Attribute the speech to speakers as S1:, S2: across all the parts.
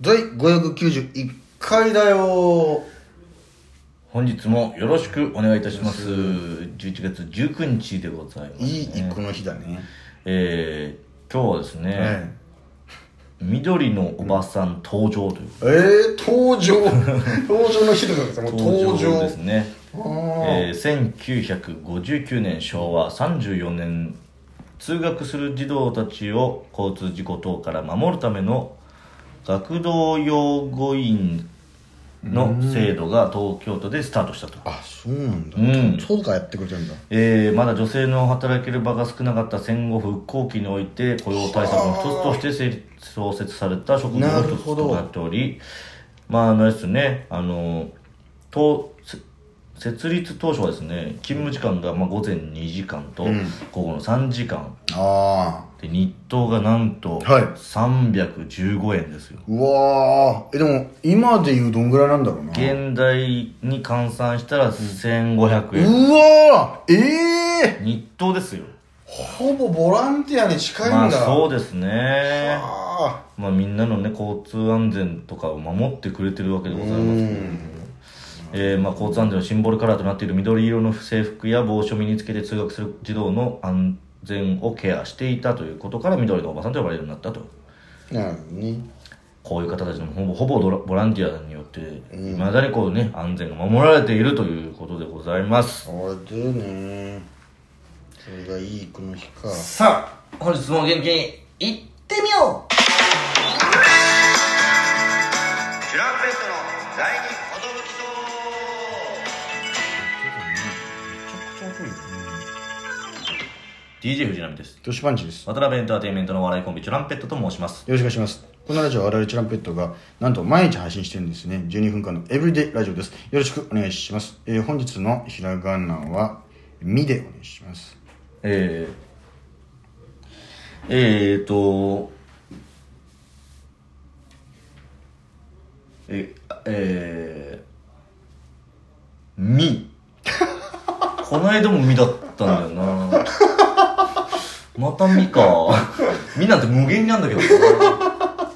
S1: 第591回だよ
S2: 本日もよろしくお願いいたします。11月19日でございます、ね。
S1: いいこの日だね、
S2: えー、今日はですね、
S1: え
S2: 緑のおばさん登場という
S1: ええー、登 場登場の日とかですもう登場
S2: ですね。
S1: あー
S2: えー、1959年昭和34年通学する児童たちを交通事故等から守るための学童養護員の制度が東京都でスタートしたと、
S1: あそうなんだ、
S2: うん
S1: そうかやってくれてんだ
S2: えーまだ女性の働ける場が少なかった戦後復興期において雇用対策の一つとして成立創設された職業の
S1: なる
S2: 一つ
S1: ほど
S2: となっておりまああのですねあのとせ設立当初はですね勤務時間がまあ午前2時間と
S1: うん
S2: 午後の3時間
S1: ああ
S2: で日当がなんと
S1: はい
S2: 315円ですよ
S1: うわーえでも今でいうどんぐらいなんだろうな
S2: 現代に換算したら1500円
S1: うわーええ
S2: 日当ですよ
S1: ほぼボランティアに近いんだ、
S2: まあそう
S1: う
S2: ですね
S1: あ
S2: まあ、みんなのね交通安全とかを守ってくれてるわけでございますけれども、えーまあ、交通安全のシンボルカラーとなっている緑色の制服や帽子を身につけて通学する児童の安全をケアしていたということから緑のおばさんと呼ばれるようになったと
S1: ーなるほどね
S2: こういう方たちのほぼほぼドラボランティアによっていまだにこうね安全が守られているということでございます、
S1: あれだよねそれがいいこの日か
S2: さあ本日も元気にいってみよう
S3: チュランペットの第二寿
S2: DJ 藤波です
S1: トシパンチです
S2: 渡辺エンターテインメントのお笑いコンビチュランペットと申します
S1: よろしくお願いしますこのラジオは我々チュランペットがなんと毎日配信してるんですね12分間のエブリデイラジオですよろしくお願いします、えー本日のひらがなは「み」でお願いします
S2: えー、えーと、え、え ー、み。この間もみだったんだよな。またみか。みなんて無限にあんだけどな。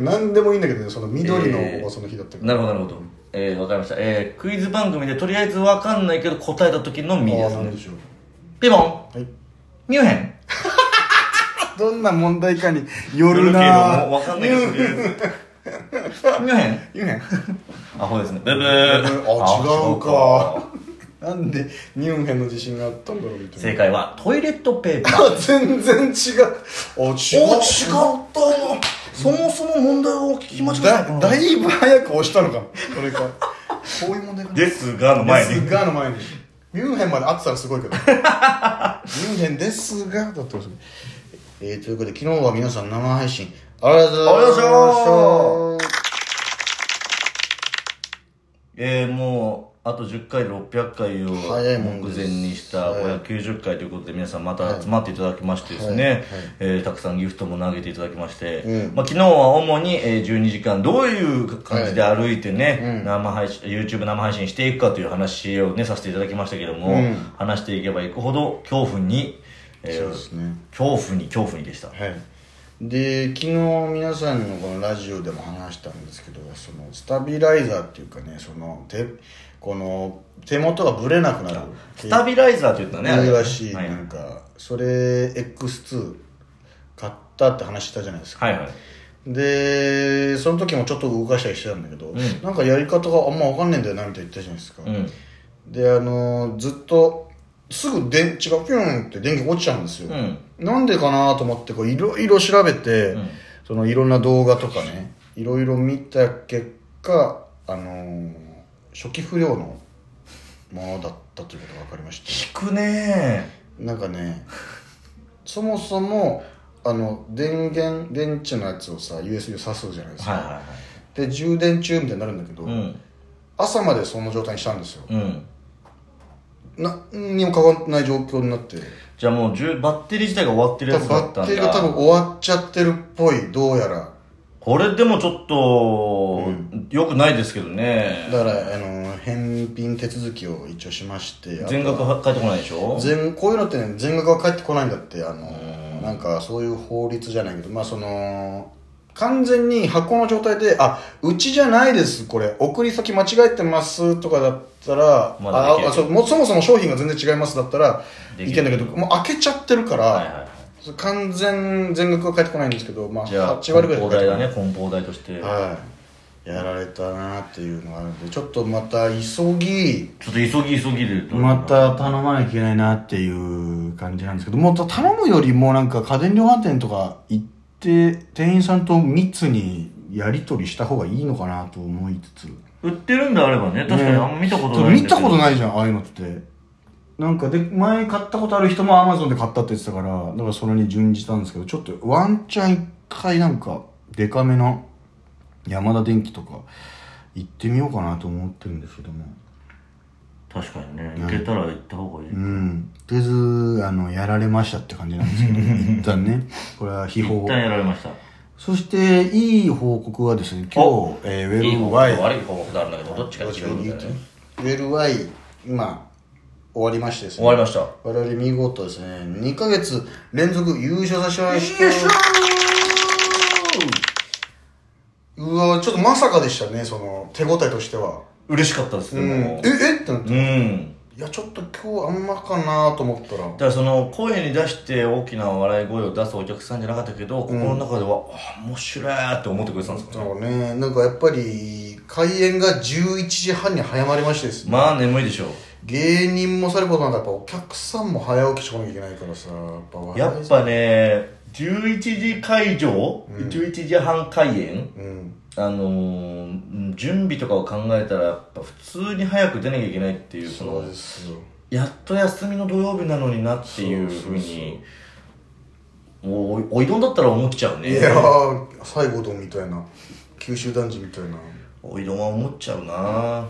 S1: 何でもいいんだけどねその緑
S2: のえーおばさ
S1: の日だった
S2: なるほど、なるほど。えー、わかりました。えー、クイズ番組でとりあえずわかんないけど答えた時のみですね。
S1: しょう
S2: ピボン
S1: はい
S2: ミュンヘン
S1: どんな問題かによる
S2: けど
S1: な
S2: もわかんないけど、とりあえずミュンヘン
S1: 言うね
S2: アホですね。ブブー。
S1: ブブーあ違うか。なんでミュンヘンの地震があったんだろうみたい
S2: 正
S1: な
S2: 解はトイレットペーパー。
S1: あ全然違うあ違う
S2: た。そもそも問題を聞き
S1: だだいぶ早く押したのかそれかこういう問題かな
S2: ですがの前
S1: です
S2: に。
S1: がの前にミュンヘンまであってたらすごい けどミュンヘンですがだってほしいえー、ということで昨日は皆さん生配信ありがとうございました
S2: えー、もう、あと10回で600回を
S1: 早いもんで
S2: 目
S1: す
S2: 前にした590回ということで皆さんまた集まっていただきましてですね、
S1: はいはい
S2: えーたくさんギフトも投げていただきまして、
S1: うん
S2: まあ、昨日は主に、えー12時間どういう感じで歩いてね、
S1: うん
S2: 生配信 YouTube 生配信していくかという話をねさせていただきましたけども、
S1: うん
S2: 話していけばいくほど恐怖に、えー
S1: そうですね
S2: 恐怖に恐怖にでした、
S1: はいで昨日皆さんのこのラジオでも話したんですけどそのスタビライザーっていうかねその手この手元がブレなくなる
S2: スタビライザーと言ったねあれ
S1: 珍しい
S2: はい
S1: なんかそれ X2 買ったって話したじゃないですか
S2: はいはい
S1: でその時もちょっと動かしたりしてたんだけど、
S2: ん
S1: なんかやり方があんま分かんねえんだよなみたいな言ったじゃないですか、
S2: うん
S1: であのーずっとすぐ電池がピュンって電気落ちちゃうんですよ、
S2: うん
S1: なんでかなと思ってこういろいろ調べて、
S2: ん
S1: そのいろんな動画とかねいろいろ見た結果あのー初期不良のものだったということが分かりました
S2: 聞くね
S1: なんかねそもそもあの電源電池のやつをさ USB を挿すじゃないですか、
S2: はいはいは
S1: で充電中みたいになるんだけど、
S2: いうん
S1: 朝までその状態にしたんですよ
S2: うん
S1: 何にも変わらない状況になって
S2: じゃあもうじゅバッテリー自体が終わってる
S1: 多
S2: やつ
S1: 分
S2: だ
S1: バ
S2: った
S1: ッ
S2: んだ
S1: テリーが多分終わっちゃってるっぽいどうやら
S2: これでもちょっと、よくないですけどね
S1: だからあの返品手続きを一応しまして
S2: 全額は返ってこないでしょ
S1: 全こういうのってね全額は返ってこないんだってあのなんかそういう法律じゃないけどまあその完全に箱の状態で「あうちじゃないですこれ送り先間違えてます」とかだったら、
S2: まだで
S1: あ
S2: きる
S1: あそうもうそもそも商品が全然違いますだったら
S2: で
S1: い
S2: きる
S1: けんだけどもう開けちゃってるから、
S2: はいはいはい
S1: 完全全額は返ってこないんですけど、まあ、
S2: じゃあ
S1: 8割ぐらい
S2: 梱
S1: 返っ
S2: 包
S1: てこ
S2: 代だ
S1: ない
S2: ね梱包代として、
S1: はい、やられたなっていうのがあるんでちょっとまた急ぎ
S2: ちょっと急ぎ急ぎで
S1: また頼まなきゃいけないなっていう感じなんですけどもっと頼むよりもなんか家電量販店とか行って店員さんと密にやり取りした方がいいのかなと思いつつ
S2: 売ってるんであればね確かにあんま見たことない、
S1: 見たことないいじゃんああいうのってなんかで前買ったことある人もアマゾンで買ったって言ってたからだからそれに準じたんですけどちょっとワンチャン一回なんかデカめの山田電機とか行ってみようかなと思ってるんですけども
S2: 確かにね行けたら行った方がいい、
S1: うんとりあえずあのやられましたって感じなんですけど一旦 ねこれは秘
S2: 一
S1: 宝
S2: 旦やられました
S1: そしていい報告はですね今
S2: お
S1: 日、えーウ
S2: いい
S1: ェ
S2: 報
S1: ル
S2: 告
S1: ワイ
S2: と悪い報告があるんだけどどっちか違うんだよね
S1: ウェルワイ今終わりましてですね
S2: 終わりました
S1: 我々見事ですね2ヶ月連続優勝させましたうわちょっとまさかでしたねその手応えとしては
S2: 嬉しかったです
S1: う
S2: ね、
S1: ん
S2: も
S1: ええってなって、
S2: う
S1: い
S2: うん
S1: やちょっと今日あんまかなと思ったら
S2: だからその声に出して大きな笑い声を出すお客さんじゃなかったけど、心の中ではあ面白いって思ってくれてたんですかね、
S1: なんかねなんかやっぱり開演が11時半に早まりましてですね
S2: まあ眠いでしょう
S1: 芸人もさることなんかやっぱお客さんも早起きしなきゃいけないからさやっぱ笑い
S2: やっぱね11時会場、11時半開演
S1: うん
S2: あのーうん準備とかを考えたらやっぱ普通に早く出なきゃいけないっていうそ
S1: そう
S2: の
S1: ですよ
S2: やっと休みの土曜日なのになっていうふうにもうおおいどんだったら思っちゃう
S1: い
S2: ね
S1: やー西郷どんみたいな九州男児みたいな
S2: おいどんは思っちゃうな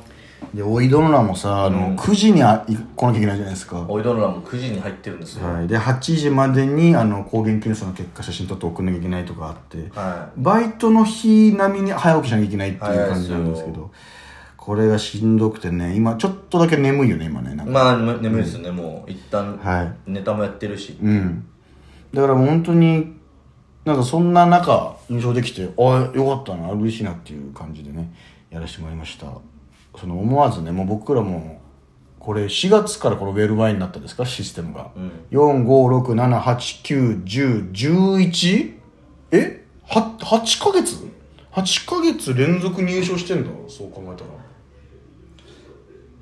S1: でおいどんらもさあの、9時にあい来なきゃいけないじゃないですか
S2: おいどんらも9時に入ってるんですよ
S1: はい、で8時までにあの抗原検査の結果写真撮って送んなきゃいけないとかあって、
S2: は
S1: バイトの日並みに早起きしなきゃいけないっていう感じなんですけ
S2: 早いです
S1: どこれがしんどくてね今ちょっとだけ眠いよね今ねなんか、
S2: まあ眠眠いですよね、もう一旦
S1: はい
S2: ネタもやってるし、
S1: うんだからもう本当になんかそんな中優勝できてああよかったな嬉しいなっていう感じでねやらせてもらいましたその思わずねもう僕らもこれ4月からこのウェルバインになったですかシステムが、45678910111えは8ヶ月8ヶ月連続入賞してんだそう考えたら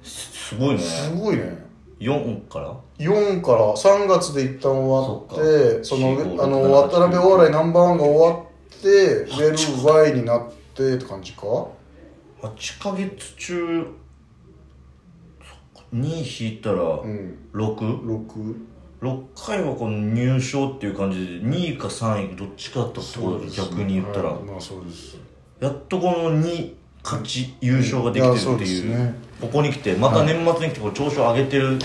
S2: すごいね
S1: すごいね
S2: 4から
S1: 4から3月で一旦終わってそ
S2: そっか
S1: の
S2: 4
S1: あの
S2: 5 6
S1: 渡辺お笑いナンバーワンが終わってウェルワイになってって感じか
S2: 8ヶ月中そっか2引いたら
S1: ん
S2: 6?6
S1: 6
S2: 回はこの入賞っていう感じで2位か3位どっちかだったってことだよ逆に言ったら、
S1: はいまあそうです
S2: やっとこの2勝ち優勝ができ
S1: いや
S2: て
S1: そ
S2: る
S1: う
S2: って
S1: です
S2: いう,、
S1: ね
S2: ここに来てまた年末に来てこう調子を上げ てる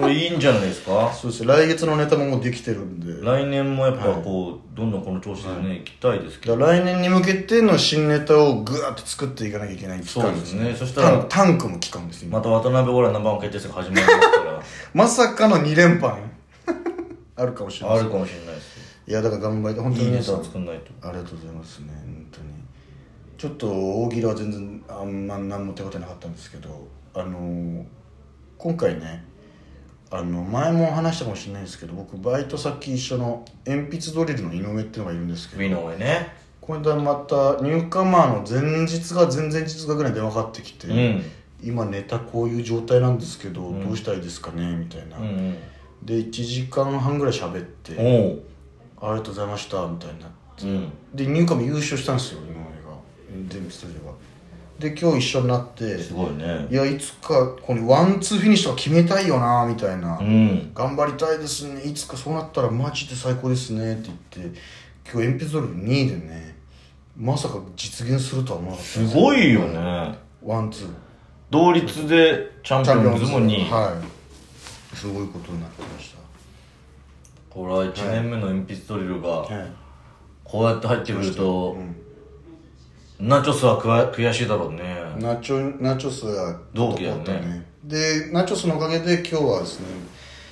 S2: これいいんじゃないですか
S1: そうです来月のネタももうできてるんで
S2: 来年もやっぱこう、どんどんこの調子でね、行きたいですけど
S1: だから来年に向けての新ネタをぐわっと作っていかなきゃいけない期間
S2: そうですねそしたら
S1: タンタンクも期間ですね
S2: ま
S1: ま
S2: た渡辺オーラナンバーワン決定戦が始まりますか
S1: さかの2連覇ね あるかもしれ
S2: ら
S1: ない
S2: あ
S1: です
S2: るかもしれないです
S1: いやだから頑張りたい本当
S2: いい
S1: に
S2: ネ
S1: ね
S2: タを作んないと
S1: ありがとうございますね本当にちょっと大喜利は全然あんま何も手応えなかったんですけどあのー今回ねあの前も話したかもしれないですけど僕バイト先一緒の鉛筆ドリルの井上っていうのがいるんですけど
S2: 首の上ね
S1: この間また入荷マーの前日が前々日がぐらいに電話かかってきて、
S2: うん
S1: 今ネタこういう状態なんですけど、どうしたらいいですかねみたいな、
S2: うん
S1: で1時間半ぐらい喋って、
S2: うん
S1: あ
S2: おう
S1: りがとうございましたみたいになって
S2: うん
S1: で入荷も優勝したんですよ井上が全部一人ではで今日一緒になって
S2: すごいね
S1: いやいつかこのワンツーフィニッシュとか決めたいよなみたいな、
S2: うん
S1: 頑張りたいですねいつかそうなったらマジで最高ですねって言って今日鉛筆ドリル2位でねまさか実現するとは思わなかった
S2: すごいよね
S1: ワンツー
S2: 同率でチャンピオンズも2位
S1: はいすごいことになってまし
S2: これは1年目の鉛筆ドリルが
S1: たはい
S2: こうやって入ってくると、ナチョスは悔悔しいだろうね
S1: ナチョナチョスが
S2: 同期だよね
S1: でナチョスのおかげで今日はですね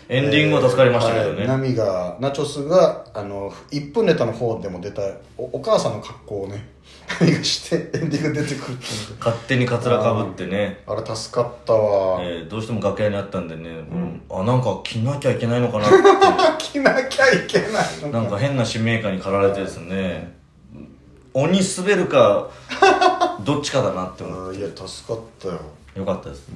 S2: エンディングは助かりましたけどね、
S1: はいナミがナチョスがあの1分ネタの方でも出たおお母さんの格好をね ナミがしてエンディング出てくるっていうのが
S2: 勝手にカツラかぶってね、
S1: あれ助かったわ、
S2: えーどうしても楽屋にあったんでね、あなんか着なきゃいけないのかなってい
S1: 着なきゃいけないの
S2: うなんか変な使命感に駆られてですね鬼滑るかどっちかだなって思
S1: あ
S2: っ
S1: ーいや助かったよ
S2: てよかったです、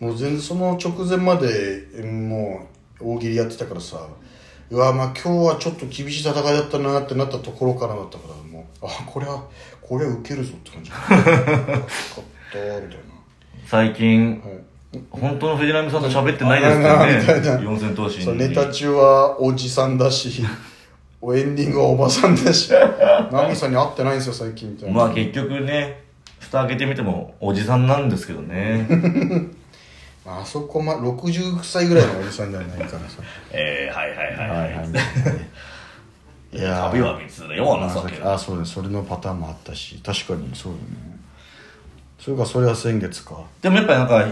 S1: もう全然その直前までもう大喜利やってたからさうわまあ今日はちょっと厳しい戦いだったなってなったところからだったからもうあこれはこれはウケるぞって 感じ助かったみたい
S2: 最近、
S1: な、はい
S2: 本当の藤波さんと喋ってないですからね
S1: みたいな
S2: 四千頭身
S1: そう
S2: に
S1: ネタ中はおじさんだ しおエンディングはおばさんだしナミさんに会ってないんですよ最近みたいな、
S2: まあ結局ね蓋開けてみてもおじさんなんですけどね
S1: まあ、あそこ、ま、60歳ぐらいのおじさんではないからさ
S2: えー、はいはいはいはい、はい、
S1: いやー
S2: 旅は別だよ情け
S1: あそうねそれのパターンもあったし確かにそうだねそれかそれは先月か
S2: でもやっぱりなんか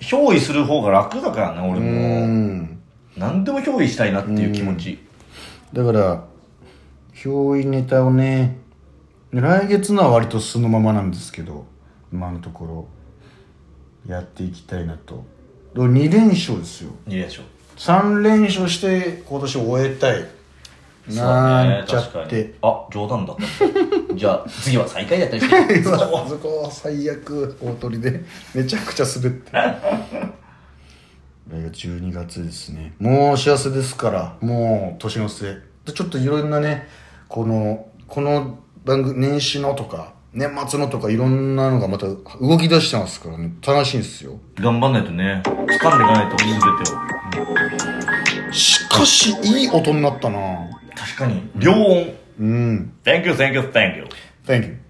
S2: 憑依する方が楽だからね俺
S1: う
S2: も
S1: ん
S2: 何でも憑依したいなっていう気持ち
S1: だから憑依ネタをね来月のは割と素のままなんですけど今のところやっていきたいなと2連勝ですよ
S2: いいでしょ
S1: 3連勝して今年終えたいなんちゃ
S2: そう
S1: っ
S2: ね
S1: て
S2: あ冗談だった じゃあ次は最下位だったりして
S1: あそこは最悪大鳥でめちゃくちゃ滑 って来月12月ですねもう幸せですからもう年の末でちょっといろんなねこのこの番組年始のとか年末のとかいろんなのがまた動き出してますからね楽しいんですよ
S2: 頑張んないとね掴んでいかないと全てを
S1: しかしいい音になったな
S2: 確かに両音
S1: うん
S2: 「Thank you thank you thank you」
S1: Thank you